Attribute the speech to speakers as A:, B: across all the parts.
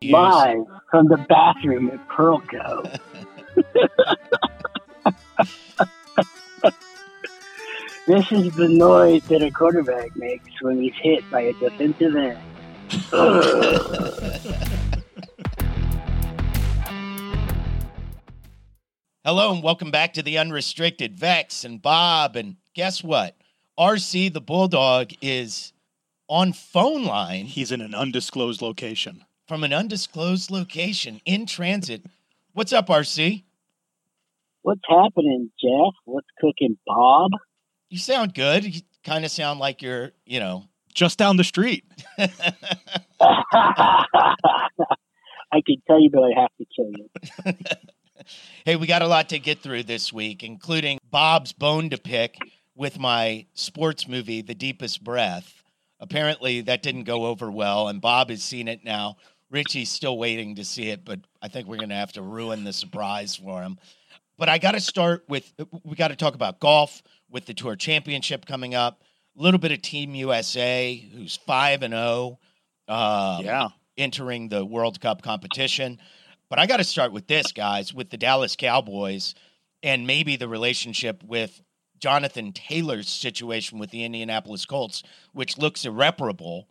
A: Use-
B: live from the bathroom at Pearlco. this is the noise that a quarterback makes when he's hit by a defensive end.
A: Hello and welcome back to the Unrestricted Vex and Bob. And guess what? RC the Bulldog is on phone line
C: He's in an undisclosed location.
A: from an undisclosed location in transit. What's up, RC?
B: What's happening, Jeff? What's cooking, Bob?
A: You sound good. You kind of sound like you're, you know,
C: Just down the street.
B: I could tell you, but I have to kill you.
A: Hey, we got a lot to get through this week, including Bob's bone to pick with my sports movie, The Deepest Breath. Apparently, that didn't go over well, and Bob has seen it now. Richie's still waiting to see it, but I think we're going to have to ruin the surprise for him. But I got to start with we got to talk about golf with the Tour Championship coming up, a little bit of Team USA, who's 5 and 0. Um,
C: yeah.
A: entering the World Cup competition. But I got to start with this, guys, with the Dallas Cowboys and maybe the relationship with Jonathan Taylor's situation with the Indianapolis Colts, which looks irreparable.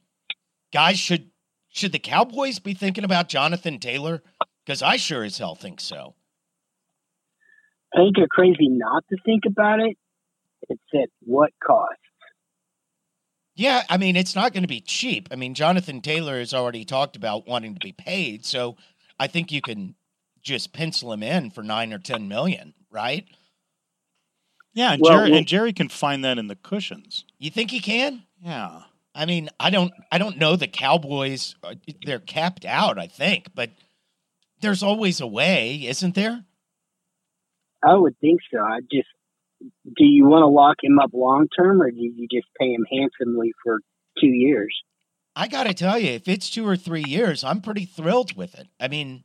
A: Guys, should should the Cowboys be thinking about Jonathan Taylor? Because I sure as hell think so.
B: I think you're crazy not to think about it. It's at what cost?
A: Yeah, I mean, it's not going to be cheap. I mean, Jonathan Taylor has already talked about wanting to be paid, so I think you can just pencil him in for nine or ten million, right?
C: Yeah. And,
B: Well,
C: Jerry,
B: well-
C: and Jerry can find that in the cushions.
A: You think he can?
C: Yeah.
A: I mean, I don't, I don't know. The Cowboys, uh, they're capped out, I think, but there's always a way, isn't there?
B: I would think so. I just do you want to lock him up long term, or do you just pay him handsomely for two years?
A: I got to tell you, if it's two or three years, I'm pretty thrilled with it. I mean,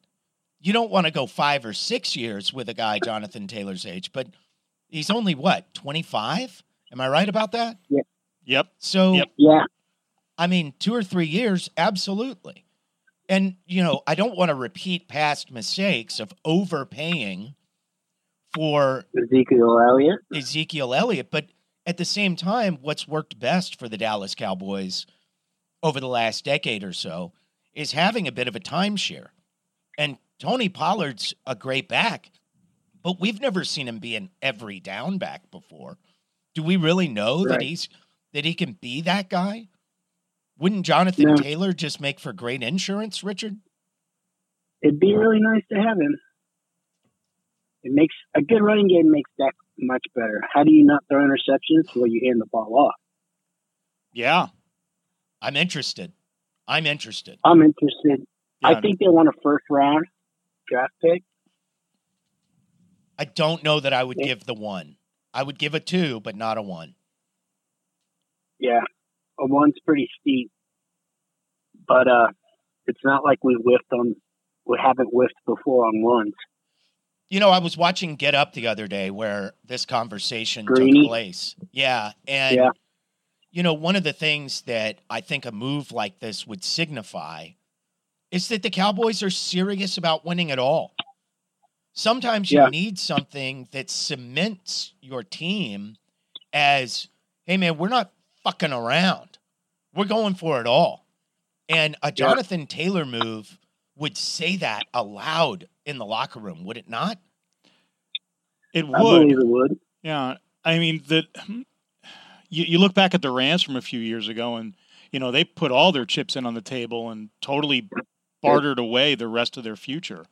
A: you don't want to go five or six years with a guy Jonathan Taylor's age, but he's only what 25. Am I right about that?
C: Yep.
A: So
C: Yep.
B: Yeah,
A: I mean, two or three years, absolutely. And, you know, I don't want to repeat past mistakes of overpaying for
B: Ezekiel Elliott.
A: Ezekiel Elliott. But at the same time, what's worked best for the Dallas Cowboys over the last decade or so is having a bit of a timeshare. And Tony Pollard's a great back, but we've never seen him be an every down back before. Do we really know that
B: Right.
A: he's that he can be that guy? Wouldn't Jonathan
B: No.
A: Taylor just make for great insurance, Richard?
B: It'd be really nice to have him. It makes a good running game makes that much better. How do you not throw interceptions? Well, you hand the ball off.
C: Yeah.
A: I'm interested. I'm interested.
B: I'm interested.
C: Yeah.
B: I think they want a first round draft pick.
A: I don't know that I would
B: Yeah.
A: give the one. I would give a two, but not a one.
B: Yeah, a one's pretty steep, but uh, it's not like we whiffed on. We haven't whiffed before on ones.
A: You know, I was watching Get Up the other day where this conversation
B: Greeny.
A: took place. Yeah. And,
B: Yeah.
A: you know, one of the things that I think a move like this would signify is that the Cowboys are serious about winning at all. Sometimes you
B: Yeah.
A: need something that cements your team as, hey, man, we're not fucking around. We're going for it all. And a Jonathan Taylor move would say that aloud in the locker room, would it not?
C: It
B: I
C: would.
B: believe it would.
C: Yeah, I mean that. You, you look back at the Rams from a few years ago, and you know they put all their chips in on the table and totally bartered away the rest of their future,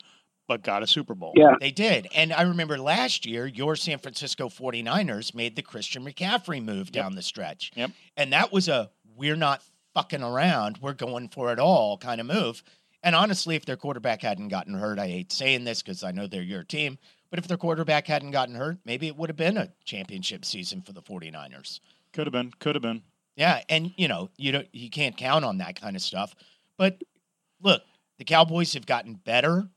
C: but got a Super Bowl.
B: Yeah.
A: They did. And I remember last year, your San Francisco 49ers made the Christian McCaffrey move down the stretch.
C: Yep.
A: And that was a we're not fucking around, we're going for it all kind of move. And honestly, if their quarterback hadn't gotten hurt, I hate saying this because I know they're your team, but if their quarterback hadn't gotten hurt, maybe it would have been a championship season for the 49ers.
C: could have been, could have been.
A: Yeah, and you know, you don't you can't count on that kind of stuff. But look, the Cowboys have gotten better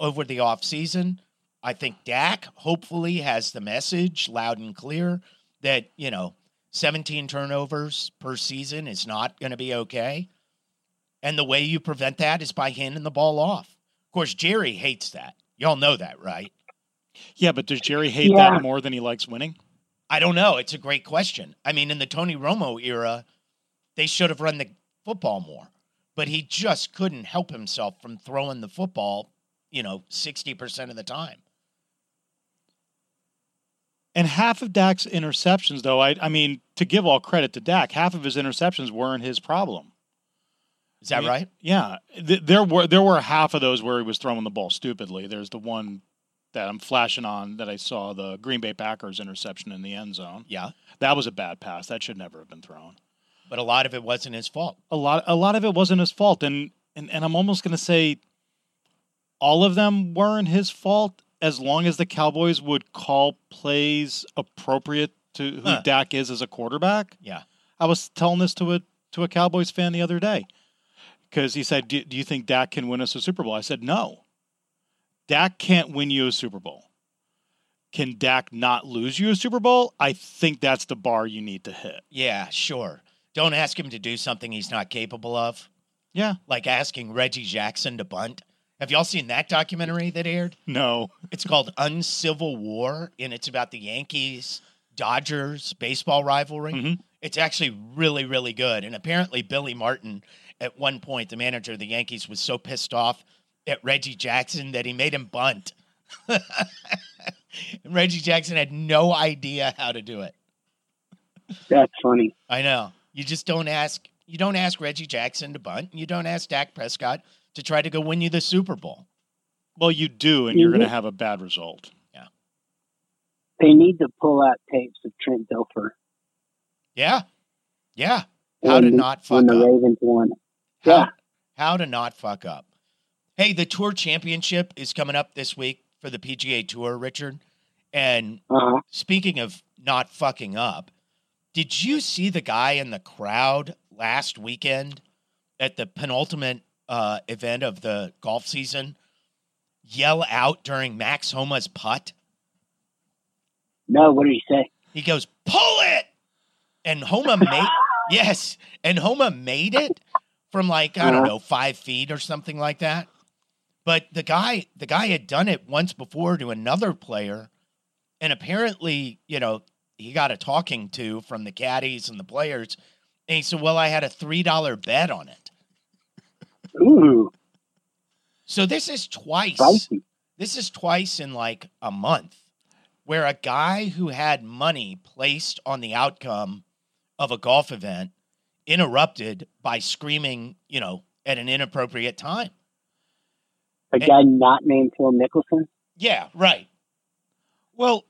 A: over the offseason. I think Dak hopefully has the message loud and clear that, you know, 17 turnovers per season is not going to be okay. And the way you prevent that is by handing the ball off. Of course, Jerry hates that. Y'all know that, right?
C: Yeah, but does Jerry hate
B: Yeah.
C: that more than he likes winning?
A: I don't know. It's a great question. I mean, in the Tony Romo era, they should have run the football more, but he just couldn't help himself from throwing the football, you know, 60% of the time.
C: And half of Dak's interceptions, though, I, I mean, to give all credit to Dak, half of his interceptions weren't his problem.
A: Is that
C: Yeah.
A: right?
C: Yeah, th- there were there were half of those where he was throwing the ball stupidly. There's the one that I'm flashing on that I saw the Green Bay Packers interception in the end zone.
A: Yeah.
C: That was a bad pass. That should never have been thrown.
A: But a lot of it wasn't his fault.
C: A lot a lot of it wasn't his fault, and and, and I'm almost gonna say all of them weren't his fault as long as the Cowboys would call plays appropriate to who
A: Huh.
C: Dak is as a quarterback.
A: Yeah.
C: I was telling this to a to a Cowboys fan the other day because he said, do, "Do you think Dak can win us a Super Bowl?" I said, "No, Dak can't win you a Super Bowl. Can Dak not lose you a Super Bowl? I think that's the bar you need to hit."
A: Yeah, sure. Don't ask him to do something he's not capable of,
C: Yeah,
A: like asking Reggie Jackson to bunt. Have y'all seen that documentary that aired?
C: no,
A: It's called Uncivil War, and it's about the Yankees Dodgers baseball rivalry.
C: Mhm.
A: It's actually really, really good. And apparently, Billy Martin, at one point, the manager of the Yankees, was so pissed off at Reggie Jackson that he made him bunt. and Reggie Jackson had no idea how to do it.
B: That's funny.
A: I know. You just don't ask. You don't ask Reggie Jackson to bunt, and you don't ask Dak Prescott to try to go win you the Super Bowl.
C: well, you do, and you're going to
B: Mhm.
C: have a bad result.
B: They need to pull out tapes of Trent Dilfer
A: Yeah, yeah. How to
B: when-
A: not
B: when
A: fuck
B: the
A: up.
B: Ravens won.
A: How,
B: Yeah.
A: how to not fuck up. Hey, the tour championship is coming up this week for the PGA Tour, Richard. And
B: Uh-huh.
A: speaking of not fucking up, did you see the guy in the crowd last weekend at the penultimate uh, event of the golf season yell out during Max Homa's putt?
B: No, what did he say?
A: He goes, "Pull it!" And Homa made yes, and Homa made it from like I don't know five feet or something like that. But the guy, the guy had done it once before to another player, and apparently, you know, he got a talking to from the caddies and the players, and he said, "Well, I had a three dollar bet on it."
B: Ooh,
A: So this is twice.
B: spicy.
A: This is twice in like a month where a guy who had money placed on the outcome of a golf event interrupted by screaming, you know, at an inappropriate time.
B: A guy not named Phil Mickelson.
A: Yeah, right.
C: Well,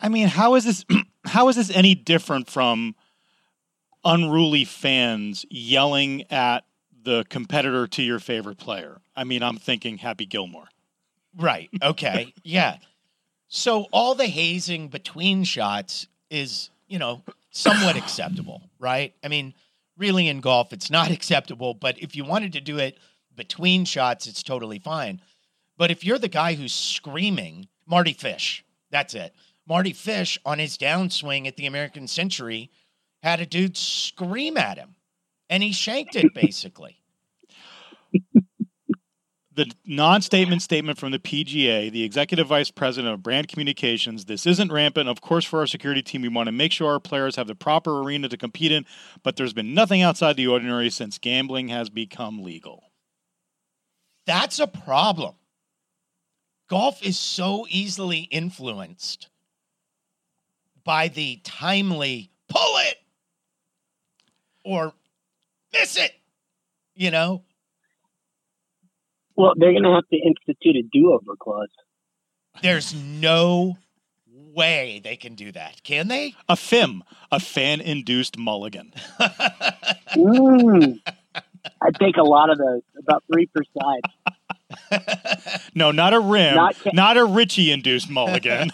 C: I mean, how is this? How is this any different from unruly fans yelling at the competitor to your favorite player? I mean, I'm thinking Happy Gilmore.
A: Right. Okay. yeah. So all the hazing between shots is, you know, somewhat acceptable, right? I mean, really in golf, it's not acceptable, but if you wanted to do it between shots, it's totally fine. But if you're the guy who's screaming, Marty Fish, that's it. Marty Fish on his downswing at the American Century had a dude scream at him and he shanked it basically.
C: The non-statement statement from the PGA, the executive vice president of brand communications. This isn't rampant. Of course, for our security team, we want to make sure our players have the proper arena to compete in. But there's been nothing outside the ordinary since gambling has become legal.
A: That's a problem. Golf is so easily influenced by the timely pull it or miss it, you know?
B: Well, they're going to have to institute a do-over clause.
A: There's no way they can do that, can they?
C: A FIM, a fan-induced mulligan.
B: Mm. I take a lot of those, about three per side.
C: No, not a rim. Not,
B: Not ca-
C: a Richie induced mulligan.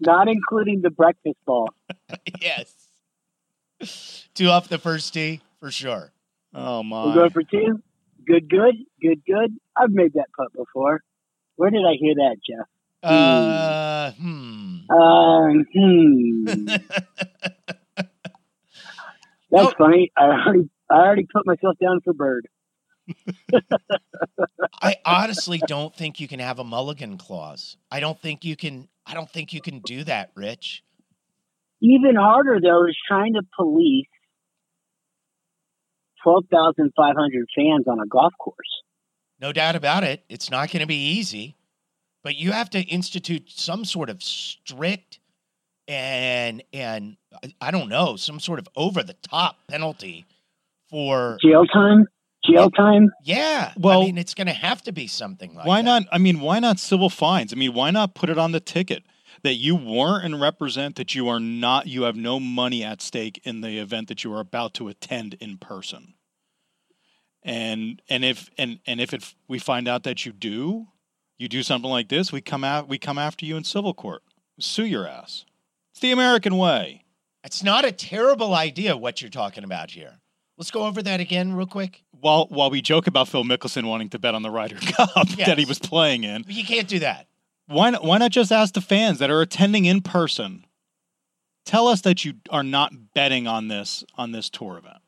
B: not including the breakfast ball.
A: yes. Two off the first tee, for sure.
C: oh
B: I'm going
C: my.
B: for two. Good, good, good, good. I've made that putt before. Where did I hear that, Jeff?
A: Uh, hmm.
B: Um, hmm. That's funny. I already, I already put myself down for Bird.
A: I honestly don't think you can have a mulligan clause. I don't think you can. I don't think you can do that, Rich.
B: Even harder though is trying to police twelve thousand five hundred fans on a golf course.
A: No doubt about it. It's not going to be easy, but you have to institute some sort of strict and and I don't know some sort of over the top penalty for
B: Jail time. Jail time.
A: yeah.
C: Well-
A: I mean, it's going to have to be something like
C: why
A: that.
C: not? I mean, why not civil fines? I mean, why not put it on the ticket that you warrant and represent that you are not, you have no money at stake in the event that you are about to attend in person. And and if and and if it, we find out that you do, you do something like this, we come out, we come after you in civil court, sue your ass. It's the American way.
A: It's not a terrible idea what you're talking about here. Let's go over that again real quick.
C: While while we joke about Phil Mickelson wanting to bet on the Ryder Cup that he
A: Yes.
C: was playing in,
A: You can't do that.
C: why not, why not just ask the fans that are attending in person tell us that you are not betting on this on this tour event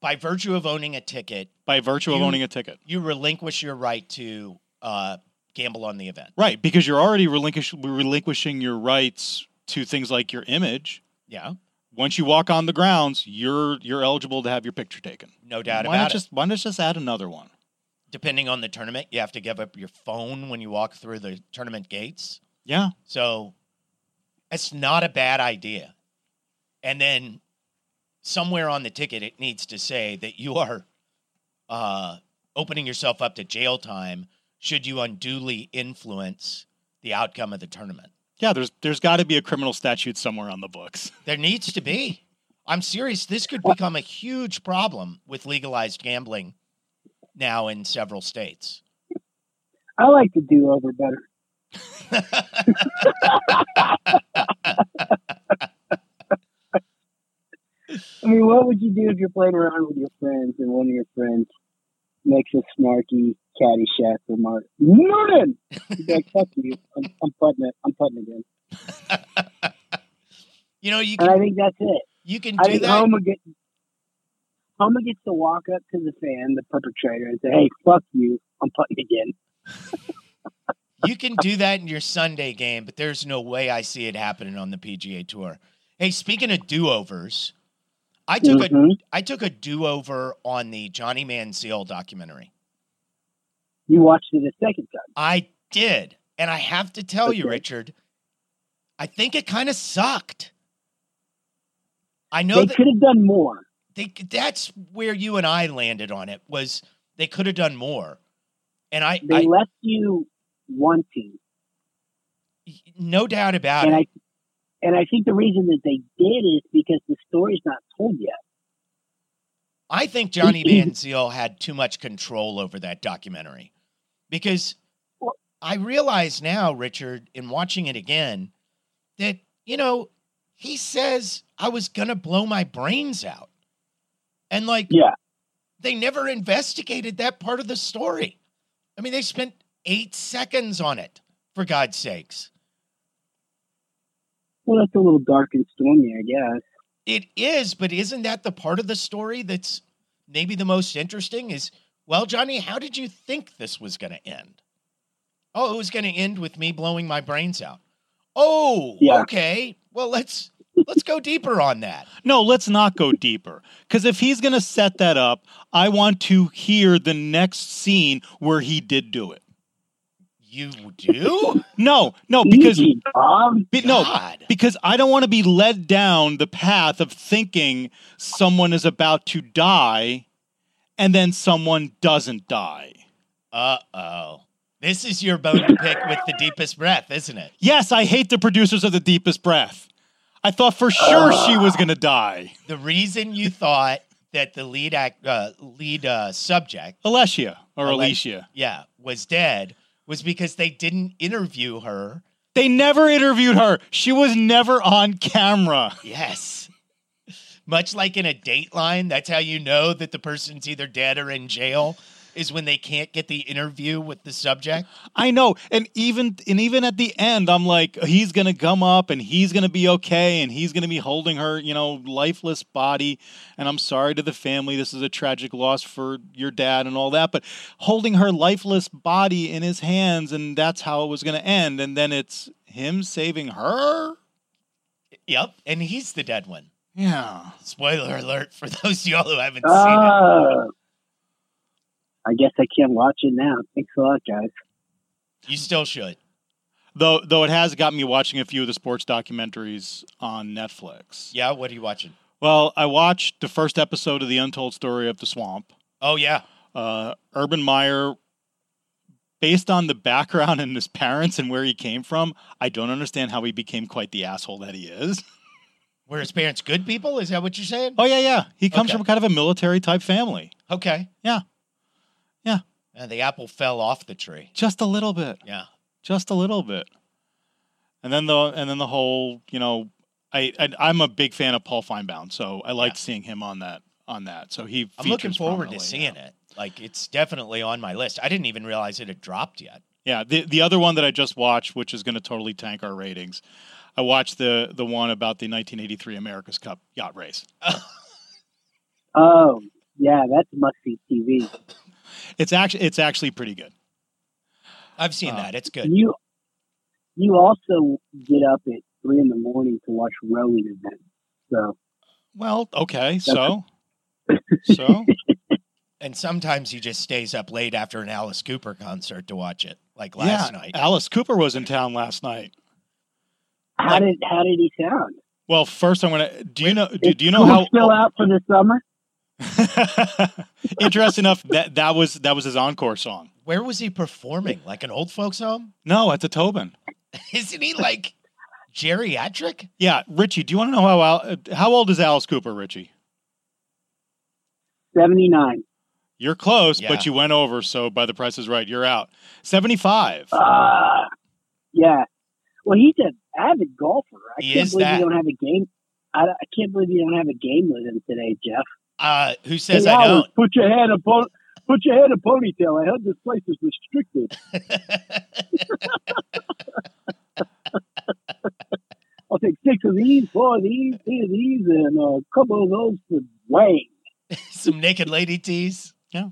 A: By virtue of owning a ticket,
C: by virtue of
A: You-
C: owning a ticket
A: you relinquish your right to uh, gamble on the event.
C: right because you're already relinquish, relinquishing your rights to things like your image
A: Yeah,
C: once you walk on the grounds you're you're eligible to have your picture taken
A: no doubt
C: why
A: about
C: not
A: it.
C: just why not just add another one
A: Depending on the tournament, you have to give up your phone when you walk through the tournament gates.
C: yeah
A: So it's not a bad idea. And then somewhere on the ticket, it needs to say that you are uh, opening yourself up to jail time should you unduly influence the outcome of the tournament.
C: yeah there's there's got to be a criminal statute somewhere on the books
A: There needs to be. I'm serious. This could become a huge problem with legalized gambling now in several states.
B: I like the do over better. I mean, what would you do if you're playing around with your friends and one of your friends makes a snarky Caddyshack remark? Newton! You'd be like, fuck you. I'm, I'm putting it. I'm putting again.
A: you know, you
B: And
A: can
B: I think that's it.
A: you can
B: I
A: do
B: think
A: that.
B: Homer gets, Homer gets to walk up to the fan, the perpetrator, and say, hey, fuck you. I'm putting again.
A: You can do that in your Sunday game, but there's no way I see it happening on the PGA Tour. Hey, speaking of do-overs, I took a
B: Mhm.
A: I took a do-over on the Johnny Manziel documentary.
B: You watched it a second time.
A: I did. And I have to tell you,
B: Okay.
A: Richard, I think it kind of sucked. I know
B: They
A: that
B: could have done more.
A: they, that's where you and I landed on it was they could have done more. And I,
B: They
A: I
B: left you wanting.
A: no doubt about
B: and
A: it.
B: I and I think the reason that they did is because the story's not told yet.
A: I think Johnny Manziel had too much control over that documentary because
B: Well-
A: I realize now, Richard, in watching it again, that, you know, he says, I was going to blow my brains out. And like,
B: Yeah,
A: they never investigated that part of the story. I mean, they spent eight seconds on it, for God's sakes.
B: well, that's a little dark and stormy, I guess.
A: It is, but isn't that the part of the story that's maybe the most interesting? Is well, Johnny, how did you think this was going to end? Oh, it was going to end with me blowing my brains out. Oh,
B: Yeah.
A: okay. Well, let's let's go deeper on that.
C: No, let's not go deeper. Because if he's going to set that up, I want to hear the next scene where he did do it.
A: You do?
C: No, no, Oh, because
B: Easy, Bob.
C: be- no,
A: God.
C: because I don't want to be led down the path of thinking someone is about to die, and then someone doesn't die.
A: Uh oh. This is your bone to pick with the deepest breath, isn't it?
C: Yes, I hate the producers of the Deepest Breath. I thought for sure she was going to die,
A: The reason you thought that the lead act uh, lead uh, subject
C: Alessia or
A: Ale-
C: Alicia.
A: yeah, was dead was because they didn't interview her.
C: They never interviewed her. She was never on camera.
A: Yes. Much like in a dateline, that's how you know that the person's either dead or in jail is when they can't get the interview with the subject.
C: I know, and even and even at the end, I'm like, he's gonna come up and he's gonna be okay, and he's gonna be holding her, you know, lifeless body. And I'm sorry to the family. This is a tragic loss for your dad and all that, but holding her lifeless body in his hands, and that's how it was gonna end. And then it's him saving her.
A: Yep, and he's the dead one.
C: Yeah.
A: Spoiler alert for those of y'all who haven't seen it.
C: Ah.
B: Oh. I guess I can't watch it now. Thanks a lot, guys.
A: You still should.
C: Though though it has got me watching a few of the sports documentaries on Netflix.
A: Yeah, what are you watching?
C: Well, I watched the first episode of the Untold Story of the Swamp.
A: Oh yeah.
C: uh, Urban Meyer, based on the background and his parents and where he came from, I don't understand how he became quite the asshole that he is.
A: Were his parents good people? Is that what you're saying?
C: Oh yeah, yeah, he comes
A: Okay.
C: from kind of a military type family,
A: Okay.
C: Yeah. Yeah.
A: And the apple fell off the tree.
C: just a little bit,
A: Yeah.
C: just a little bit. And then the and then the whole, you know, I, I I'm a big fan of Paul Feinbaum, so I liked seeing him on that on that. So he.
A: I'm looking
C: features
A: forward to
C: prominently,
A: seeing
C: yeah.
A: it. Like it's definitely on my list. I didn't even realize it had dropped yet.
C: Yeah, the the other one that I just watched, which is going to totally tank our ratings, I watched the the one about the 1983 America's Cup yacht race.
B: Oh, yeah, that's must see TV.
C: It's actually it's actually pretty good.
A: I've seen
C: Uh,
A: that. It's good.
B: You you also get up at three in the morning to watch rowing events. So
C: Well, okay, so so
A: And sometimes he just stays up late after an Alice Cooper concert to watch it, like
C: yeah,
A: last night.
C: Alice Cooper was in town last night.
B: how did how did he sound?
C: Well, first I'm gonna do you know do,
B: Is
C: do you know
B: school
C: how
B: still out for the summer?
C: interesting enough that that was that was his encore song.
A: Where was he performing? Like an old folks home?
C: No, at the Tobin.
A: Isn't he like geriatric?
C: Yeah, Richie, do you want to know how Al- how old is Alice Cooper, Richie?
B: Seventy nine.
C: You're close,
A: Yeah.
C: but you went over. So by the price is right, you're out. 75.
B: Ah, yeah. Well, he's an avid golfer. I
A: He
B: can't
A: is
B: believe
A: that.
B: you don't have a game. I, I can't believe you don't have a game with him today, Jeff.
A: Uh, who says
B: Hey,
A: I
B: Howard,
A: don't?
B: Put your head upon. Put your head in a ponytail. I heard this place is restricted. I'll take six of these, four of these, three of these, and uh, a couple of those for Wayne.
A: Some naked lady tease?
C: Yeah.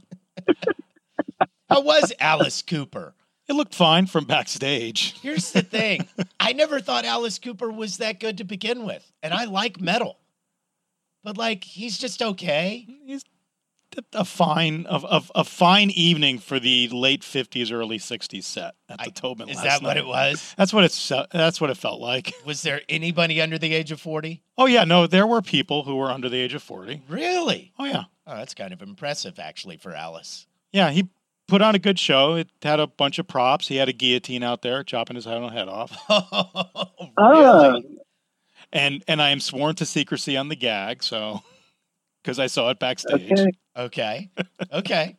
A: How was Alice Cooper?
C: It looked fine from backstage.
A: Here's the thing I never thought Alice Cooper was that good to begin with. And I like metal, but like he's just okay.
C: It's a fine of a, a fine evening for the late 50s, early 60s set at the
A: I-
C: Tobin.
A: Is
C: last
A: that what
C: night.
A: it was?
C: That's what it's. uh, That's what it felt like.
A: Was there anybody under the age of 40?
C: Oh yeah, no, there were people who were under the age of 40.
A: Really?
C: Oh yeah,
A: Oh, that's kind of impressive, actually, for Alice.
C: yeah. He put on a good show. It had a bunch of props. He had a guillotine out there chopping his head off.
A: Oh,
B: Oh,
C: And and I am sworn to secrecy on the gag. So because I saw it backstage.
B: okay.
A: Okay. Okay.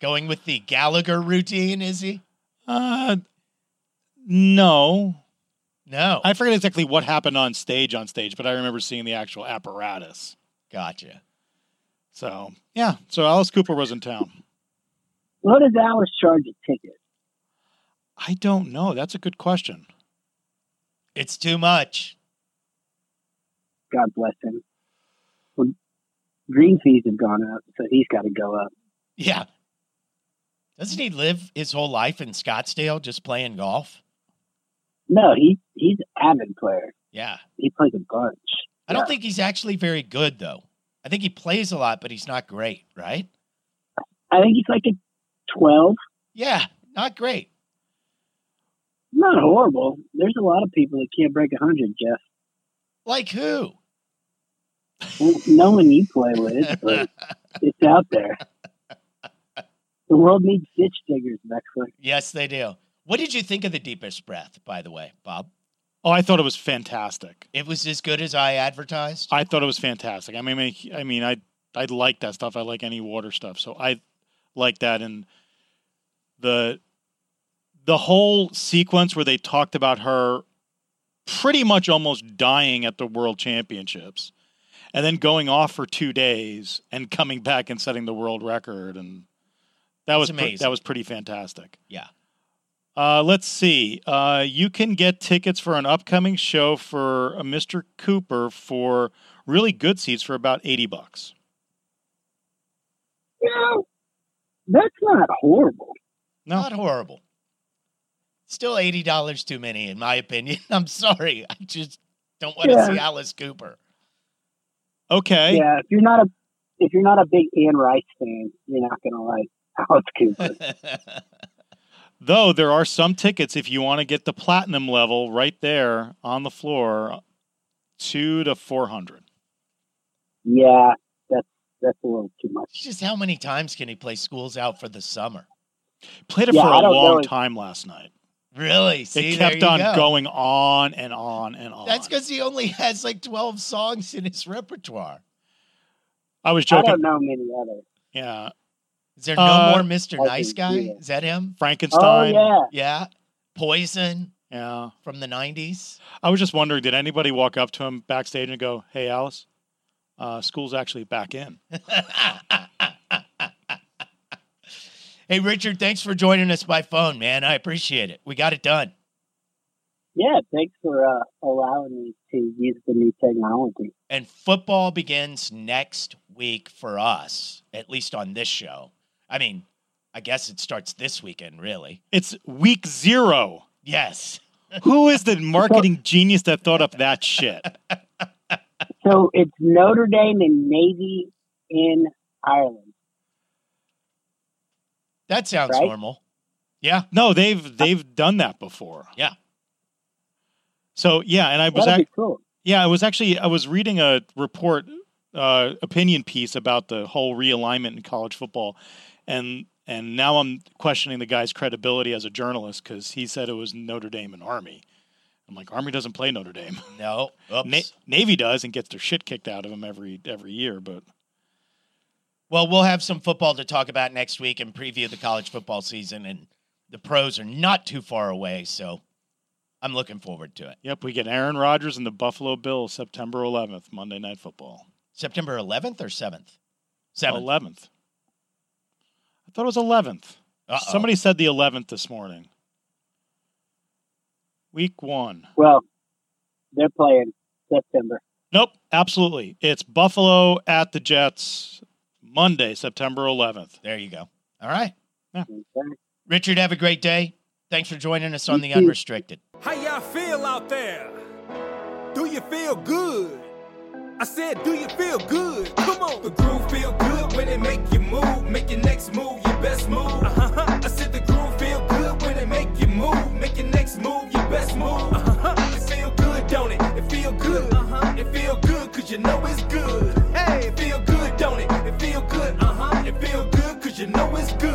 A: Going with the Gallagher routine, is he?
C: Uh, no,
A: No.
C: I forget exactly what happened on stage on stage, but I remember seeing the actual apparatus.
A: Gotcha.
C: So yeah, so Alice Cooper was in town.
B: What does Alice charge a ticket?
C: I don't know. That's a good question.
A: It's too much.
B: God bless him. Well, green fees have gone up, so he's got to go up.
A: Yeah. Doesn't he live his whole life in Scottsdale just playing golf?
B: No, he he's an avid player.
A: Yeah.
B: He plays a bunch.
A: I don't
B: Yeah.
A: think he's actually very good, though. I think he plays a lot, but he's not great, right?
B: I think he's like a twelve.
A: Yeah, not great.
B: Not horrible. There's a lot of people that can't break a hundred, Jeff.
A: Like who?
B: Well, no one you play with, but it's out there. The world needs ditch diggers, Wexler.
A: yes, they do. What did you think of the deepest breath, by the way, Bob?
C: Oh, I thought it was fantastic.
A: It was as good as I advertised.
C: I thought it was fantastic. I mean, I mean, I I like that stuff. I like any water stuff, so I like that. And the the whole sequence where they talked about her pretty much almost dying at the World Championships, and then going off for two days and coming back and setting the world record, and That was
A: It's
C: pre-
A: amazing.
C: that was pretty fantastic.
A: Yeah.
C: Uh, let's see. Uh, you can get tickets for an upcoming show for uh, Mr. Cooper for really good seats for about eighty bucks.
B: You know, that's not horrible.
C: No.
A: Not horrible. Still eighty dollars too many, in my opinion. I'm sorry. I just don't want to
B: Yeah.
A: see Alice Cooper.
C: Okay.
B: Yeah, if you're not a if you're not a big Anne Rice fan, you're not gonna like Alice Cooper.
C: Though there are some tickets if you want to get the platinum level right there on the floor, two to four hundred.
B: yeah, that's that's a little too much.
A: It's just how many times can he play schools out for the summer?
C: Played it
B: Yeah,
C: for
B: I
C: a
B: don't know
C: long
B: if-
C: time last night.
A: Really? See,
C: it
A: there
C: kept
A: you
C: on
A: go.
C: going on and on and on.
A: That's because he only has like twelve songs in his repertoire.
C: I was
B: I
C: joking.
B: don't know many other.
C: Yeah,
A: Is there no
C: Uh,
A: more Mr.
B: I
A: Nice
B: think,
A: Guy?
B: yeah.
A: Is that him?
B: Oh
C: Frankenstein.
B: yeah,
A: Yeah. Poison
C: yeah.
A: from the nineties.
C: I was just wondering, did anybody walk up to him backstage and go, "Hey, Alice, uh, school's actually back in."
A: hey Richard, thanks for joining us by phone, man. I appreciate it. We got it done.
B: yeah. Thanks for uh, allowing me to use the new technology.
A: And football begins next week for us, at least on this show. I mean, I guess it starts this weekend, really.
C: It's week zero.
A: Yes.
C: Who is the marketing genius that thought up that shit?
B: So it's Notre Dame and Navy in Ireland.
A: That sounds
B: Right?
A: normal. Yeah.
C: No, they've they've done that before.
A: Yeah.
C: So yeah, and I was
B: That'd
C: ac-
B: be cool.
C: yeah, I was actually I was reading a report uh, opinion piece about the whole realignment in college football, and and now I'm questioning the guy's credibility as a journalist because he said it was Notre Dame and Army. I'm like Army doesn't play Notre Dame.
A: No. Oops.
C: Na- Navy does and gets their shit kicked out of them every every year. But
A: well, we'll have some football to talk about next week and preview the college football season. And the pros are not too far away. So I'm looking forward to it.
C: yep, we get Aaron Rodgers and the Buffalo Bills September 11th, Monday Night Football.
A: September 11th or 7th? 7th.
C: 11th. I thought it was 11th.
A: Uh-oh.
C: Somebody said the 11th this morning. Week one.
B: Well, they're playing September.
C: Nope, absolutely. It's Buffalo at the Jets Monday, September 11th.
A: There you go. All right.
B: Okay.
A: Richard, have a great day. Thanks for joining us on
B: You
A: the
B: too.
A: Unrestricted.
D: How y'all feel out there? Do you feel good? I said, do you feel good? Come on. The groove feel good when it make you move. Make your next move your best move. Uh-huh. I said the groove feel good when it make you move. Make your next move your best move. Uh-huh. It feel good, don't it? It feel good. Uh-huh. It feel good cause you know it's good. Hey, it feel good, don't it? It feel good. Uh-huh. It feel good cause you know it's good.